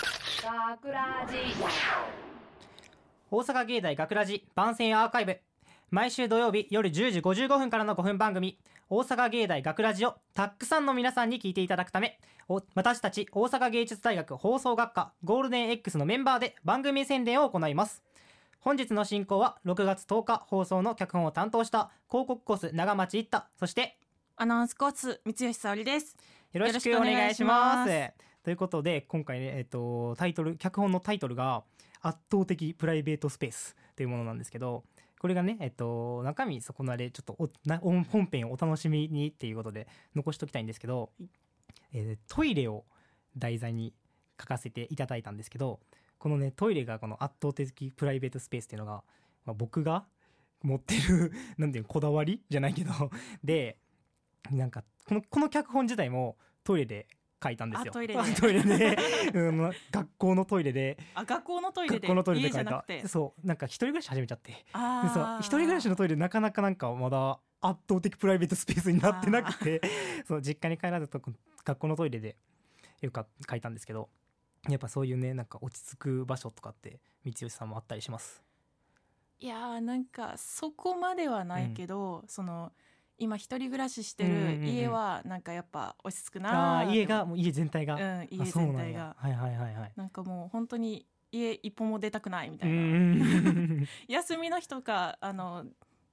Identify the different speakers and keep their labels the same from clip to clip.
Speaker 1: 学ラジ
Speaker 2: 大阪芸大学ラジ番宣アーカイブ毎週土曜日夜10時55分からの5分番組「大阪芸大学ラジをたくさんの皆さんに聞いていただくためお私たち大阪芸術大学放送学科ゴールデン X のメンバーで番組宣伝を行います本日の進行は6月10日放送の脚本を担当した広告コース長町一太そして
Speaker 3: アナウンスコース三吉沙織です。
Speaker 2: よろしくお願いします。ということで今回ね、えっとタイトル脚本のタイトルが「圧倒的プライベートスペース」というものなんですけどこれがね、えっと、中身そこまでちょっとおなお本編をお楽しみにっていうことで残しときたいんですけど、えートイレを題材に書かせていただいたんですけどこのねトイレがこの圧倒的プライベートスペースっていうのが、まあ、僕が持ってる なんていうのこだわりじゃないけど でなんかこのこの脚本自体もトイレで書いたんですよ。
Speaker 3: あトイレで
Speaker 2: トイレでうん学校のトイレで
Speaker 3: あ、学校のトイレ
Speaker 2: 学
Speaker 3: で。
Speaker 2: 校のトイレで
Speaker 3: 家
Speaker 2: 書
Speaker 3: じゃ
Speaker 2: い
Speaker 3: な
Speaker 2: た
Speaker 3: くて。
Speaker 2: そうなんか一人暮らし始めちゃって
Speaker 3: あ
Speaker 2: で
Speaker 3: ー
Speaker 2: さ一人暮らしのトイレなかなかなんかまだ圧倒的プライベートスペースになってなくて そう実家に帰らずと学校のトイレでよく書いたんですけどやっぱそういうねなんか落ち着く場所とかって三吉さんもあったりします
Speaker 3: いやーなんかそこまではないけど、その今一人暮らししてる家はなんかやっぱ落ち着くな
Speaker 2: ああ
Speaker 3: ー
Speaker 2: ー
Speaker 3: って
Speaker 2: 家がもう家全体が、
Speaker 3: う
Speaker 2: あ
Speaker 3: ん家
Speaker 2: そう
Speaker 3: 全
Speaker 2: なん
Speaker 3: 体
Speaker 2: や
Speaker 3: が
Speaker 2: はいはいはいはい
Speaker 3: なんかもう本当に家一歩も出たくないみた
Speaker 2: う
Speaker 3: い
Speaker 2: ん
Speaker 3: な、
Speaker 2: うん
Speaker 3: 休みの日とかあの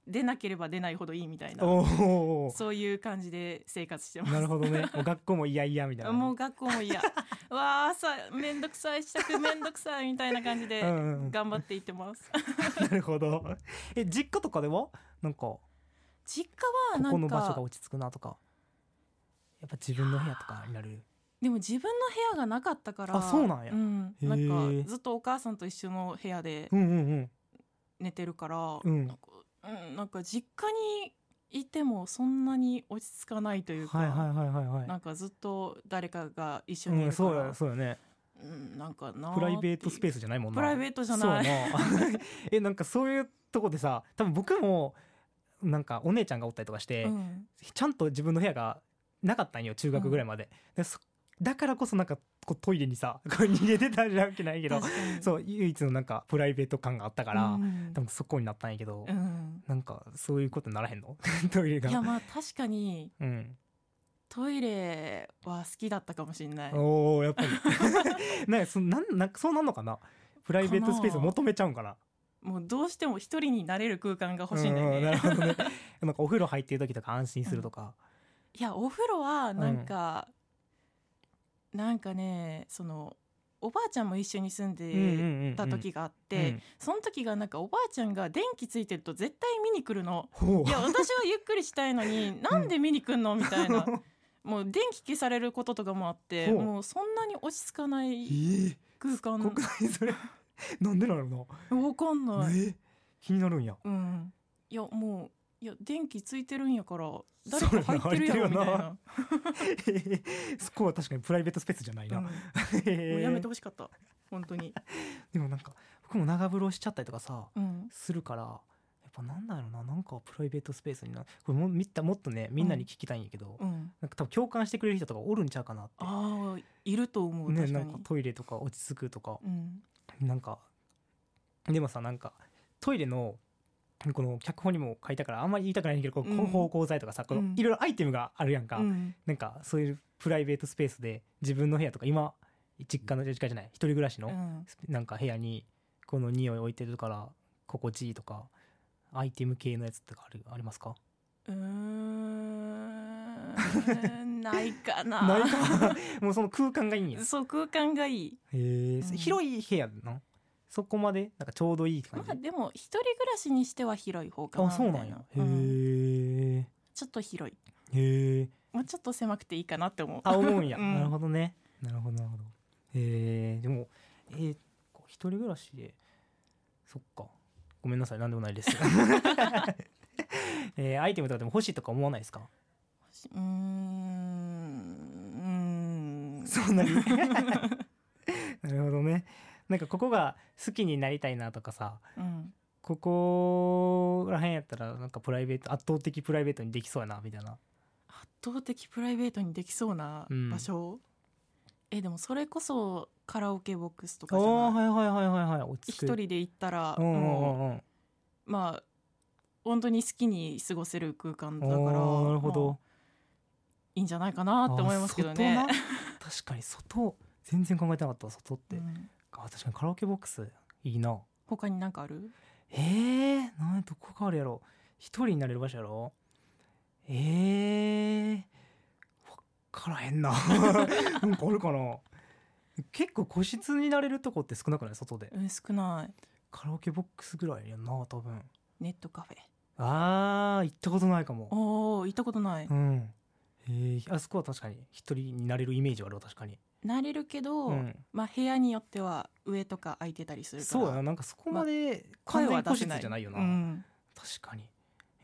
Speaker 3: 出なければ出ないほどいいみたい
Speaker 2: うん
Speaker 3: な
Speaker 2: おお
Speaker 3: そういう感じで生活してます
Speaker 2: なるほどねもう学校もいやいやみたいなね
Speaker 3: もう学校も嫌わあ朝めんどくさい支度めんどくさいみたいな感じで
Speaker 2: うんうんうん
Speaker 3: 頑張っていってます
Speaker 2: なるほどえ実家とかではなんか
Speaker 3: 実
Speaker 2: こ
Speaker 3: 家はなんか
Speaker 2: この場所が落ち着くなとかやっぱ自分の部屋とかになる
Speaker 3: でも自分の部屋がなかったから
Speaker 2: あそうなんや
Speaker 3: ん
Speaker 2: へえ
Speaker 3: なんかずっとお母さんと一緒の部屋で
Speaker 2: うんうん
Speaker 3: 寝てるから、
Speaker 2: うん
Speaker 3: なんかうんなんか実家にいてもそんなに落ち着かないというか、
Speaker 2: はいはいはいはいは
Speaker 3: なんかずっと誰かが一
Speaker 2: い
Speaker 3: 緒
Speaker 2: う
Speaker 3: にい
Speaker 2: ん
Speaker 3: るから、
Speaker 2: そうやそうやね
Speaker 3: うんなんかな
Speaker 2: プライベートスペー
Speaker 3: ス
Speaker 2: スじゃないもんな
Speaker 3: プライベートじゃない
Speaker 2: そうやな えなんかそういうとこでさ多分僕もなんかお姉ちゃんがおったりとかして、
Speaker 3: うん、
Speaker 2: ちゃんと自分の部屋がなかったんよ中学ぐらいまで,、でそだからこそなんかこうトイレにさ こう逃げてたじゃわけないけど
Speaker 3: 確かに
Speaker 2: そう唯一のなんかプライベート感があったから、
Speaker 3: うん
Speaker 2: 多分そこになったんやけど、
Speaker 3: うん
Speaker 2: なんかそういうことにならへんの トイレが
Speaker 3: いやまあ確かに
Speaker 2: うん、
Speaker 3: トイレは好きだったかもしれない。
Speaker 2: おおやっぱり なんかそなんなんかそうなんのかなプライベートスペースを求めちゃうんかな
Speaker 3: もうどうしても一人になれる空間が欲しいんだよ
Speaker 2: ううなる
Speaker 3: ね。
Speaker 2: ほ どねなんかお風呂入ってる時とか安心するとか、
Speaker 3: いやお風呂はなんか、なんかねそのおばあちゃんも一緒に住んでた時があって、
Speaker 2: うん
Speaker 3: その時がなんかおばあちゃんが電気ついてると絶対見に来るの。
Speaker 2: ほう
Speaker 3: いや私はゆっくりしたい のになんで見に来んのみたいなもう電気消されることとかもあって
Speaker 2: ほう
Speaker 3: もうそんなに落ち着か な
Speaker 2: え
Speaker 3: い
Speaker 2: ー、
Speaker 3: 空間
Speaker 2: 国内それ なんでなの
Speaker 3: わかん
Speaker 2: な、
Speaker 3: な
Speaker 2: え
Speaker 3: い。
Speaker 2: ー気になるんや
Speaker 3: うん、いやもういや電気ついてるんやから誰
Speaker 2: そうや
Speaker 3: か
Speaker 2: な
Speaker 3: 入ってるやろみたい
Speaker 2: 入
Speaker 3: な、
Speaker 2: そこは確かにプライベートスペースじゃない
Speaker 3: うん
Speaker 2: な、
Speaker 3: も
Speaker 2: へー
Speaker 3: うやめてほしかった本当に、
Speaker 2: でもなんか僕も長風呂しちゃったりとかさ
Speaker 3: うん、
Speaker 2: するからやっぱなんだろうななんかプライベートスペースになこれも見たもっとねみんなに聞きたいんやけど、
Speaker 3: うん、
Speaker 2: なんか多分共感してくれる人とかおるんちゃうかなって
Speaker 3: ああいると思う
Speaker 2: ね
Speaker 3: 確か
Speaker 2: なん
Speaker 3: に、
Speaker 2: かトイレとか落ち着くとか
Speaker 3: うん、
Speaker 2: なんかでもさなんかトイレのこの脚本にも書いたからあんまり言いたくないんだけどこう
Speaker 3: うん
Speaker 2: 芳香剤とかさこ
Speaker 3: う
Speaker 2: の
Speaker 3: ん
Speaker 2: いろいろアイテムがあるやんか、
Speaker 3: うん
Speaker 2: なんかそういうプライベートスペースで自分の部屋とか今実家の実家じゃない一人暮らし
Speaker 3: う
Speaker 2: の
Speaker 3: ん、
Speaker 2: なんか部屋にこの匂い置いてるから心地いいとかアイテム系のやつとかあるありますか
Speaker 3: うーんないかな
Speaker 2: ないか もうその空間がいいんや
Speaker 3: そう空間がいい
Speaker 2: へえ、
Speaker 3: うん
Speaker 2: 広い部屋なそこまでなんかちょうどいいって
Speaker 3: ま
Speaker 2: 感じ、
Speaker 3: あでも一人暮らしにしては広い方かな
Speaker 2: あそうなん
Speaker 3: みたい
Speaker 2: やへ
Speaker 3: なうん
Speaker 2: え、
Speaker 3: ちょっと広い
Speaker 2: へえ
Speaker 3: もうちょっと狭くていいかなって思う
Speaker 2: あ思うんや、
Speaker 3: うん
Speaker 2: なるほどねなるほどなるほどへえでもえー、こう一人暮らしでそっかごめんなさいなんでも ないですえー、アイテムとかでも欲しいとか思わないですか
Speaker 3: うーんうーん
Speaker 2: そんな になるほどねなんかここが好きになりたいなとかさ
Speaker 3: うん
Speaker 2: ここら辺やったらなんかプライベート圧倒的プライベートにできそうやなみたいな
Speaker 3: 圧倒的プライベートにできそうな場所、えでもそれこそカラオケボックスと
Speaker 2: あ
Speaker 3: か
Speaker 2: あ
Speaker 3: じゃない
Speaker 2: はいはいはいはいはい落ち着
Speaker 3: 一
Speaker 2: く
Speaker 3: 人で行ったら、
Speaker 2: うんうん
Speaker 3: も
Speaker 2: うんうん
Speaker 3: うまあ本当に好きに過ごせる空間だから
Speaker 2: おーなるほど、
Speaker 3: まあいいんじゃないかなって思いますけど
Speaker 2: あ
Speaker 3: ね
Speaker 2: ー。外な確かに外全然考えてなかった外って、
Speaker 3: うん
Speaker 2: あ確かにカラオケボックスいいな
Speaker 3: 他に何かある？
Speaker 2: えー、なんどこかあるやろ一人になれる場所やろえー、わからへん ななんかあるかな結構個室になれるとこって少なくない外で
Speaker 3: うん少ない。
Speaker 2: カラオケボックスぐらいやんな多分
Speaker 3: ネットカフェ。
Speaker 2: あー行ったことないかも
Speaker 3: おお行ったことない。
Speaker 2: うんえー、あそこは確かに一人になれるイメージはあるわ確かに
Speaker 3: なれるけど、
Speaker 2: うん
Speaker 3: まあ部屋によっては上とか空いてたりするから。
Speaker 2: そうやななんかそこまで完全に個室じゃないよな、
Speaker 3: うん
Speaker 2: 確かに、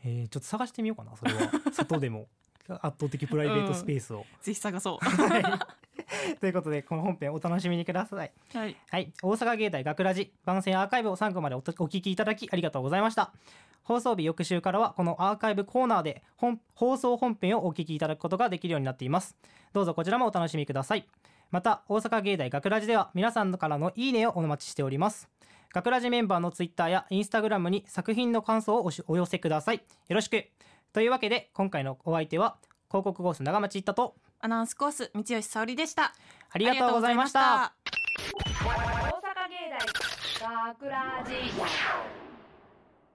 Speaker 2: えー、ちょっと探してみようかなそれ は外でも圧倒的プライベートスペースを、
Speaker 3: ぜひ探 そ。
Speaker 2: はいということでこの本編お楽しみにくださいう
Speaker 3: はい。
Speaker 2: はい大阪芸大学ラジ番宣アーカイブを3区までおとお聞きいただきありがとうございました放送日翌週からはこのアーカイブコーナーで本放送本編をお聞きいただくことができるようになっていますどうぞこちらもお楽しみくださいまた大阪芸大学ラジでは皆さんからのいいねをお待ちしております学ラジメンバーのツイッターやインスタグラムに作品の感想をおしお寄せくださいよろしくというわけで今回のお相手は広告コース長町一太と
Speaker 3: アナウンスコース道吉沙織でした。
Speaker 2: ありがとうございまし
Speaker 3: ありがとうござい
Speaker 1: 大
Speaker 2: た。
Speaker 1: 阪芸大学ラジ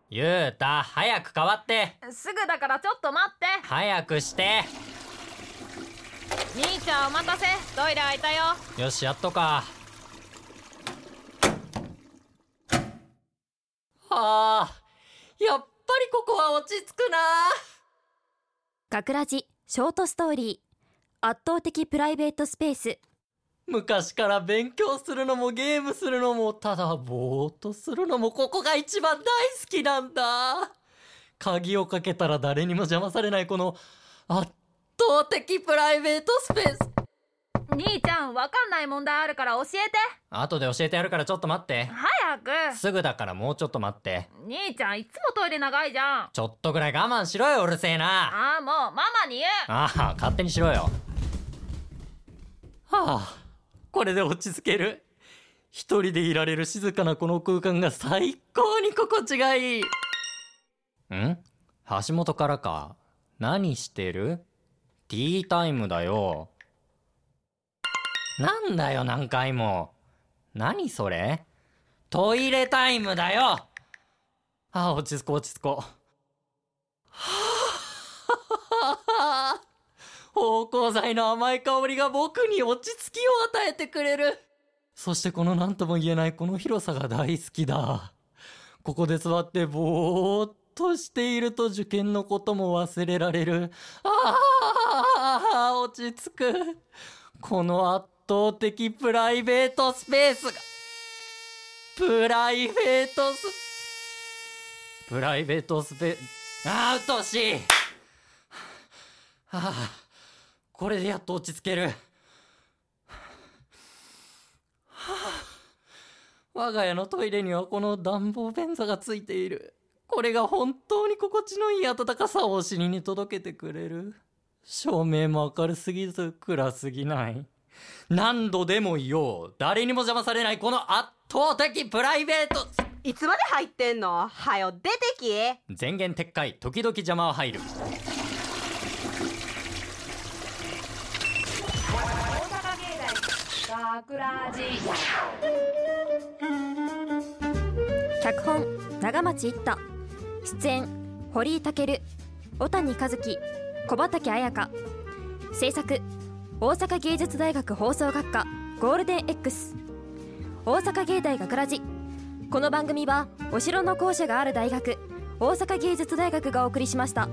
Speaker 4: ゆうた早く変わって
Speaker 1: すぐだからちょっと待って
Speaker 4: 早くして
Speaker 1: 兄ちゃんお待たせトイレ開いたよ
Speaker 4: よしやっとかあーやっぱりここは落ち着くな
Speaker 5: 学ラジショートストーリー圧倒的プライベートスペース
Speaker 4: 昔から勉強するのもゲームするのもただぼーっとするのもここが一番大好きなんだ鍵をかけたら誰にも邪魔されないこの圧倒的プライベートスペース
Speaker 1: 兄ちゃんわかんない問題あるから教えて
Speaker 4: 後で教えてやるからちょっと待って
Speaker 1: 早く
Speaker 4: すぐだからもうちょっと待って
Speaker 1: 兄ちゃんいつもトイレ長いじゃん
Speaker 4: ちょっとぐらい我慢しろようるせえな
Speaker 1: ああもうママに言う
Speaker 4: ああ勝手にしろよはあこれで落ち着ける一人でいられる静かなこの空間が最高に心地がいいん橋本からか何してるティータイムだよなんだよ何回も何それトイレタイムだよああ落ち着こう落ち着こうああ芳香剤の甘い香りが僕に落ち着きを与えてくれるそしてこの何とも言えないこの広さが大好きだここで座ってぼーっとしていると受験のことも忘れられるああ落ち着くこの圧倒的プライベートスペースがプライベートスプライベートスペああうっとうしいはあ、これでやっと落ち着ける。はあ、我が家のトイレにはこの暖房便座がついている。これが本当に心地のいい暖かさをお尻に届けてくれる。照明も明るすぎず暗すぎない。何度でも言おう。誰にも邪魔されないこの圧倒的プライベート。
Speaker 6: いつまで入ってんのはよ出てき
Speaker 4: 全言撤回、時々邪魔は入る。
Speaker 1: 大阪芸大学ラジ
Speaker 5: 脚本長町一太出演堀井健小谷和樹小畑彩香制作大阪芸術大学放送学科ゴールデン X 大阪芸大学ラジこの番組はお城の校舎がある大学大阪芸術大学がお送りしました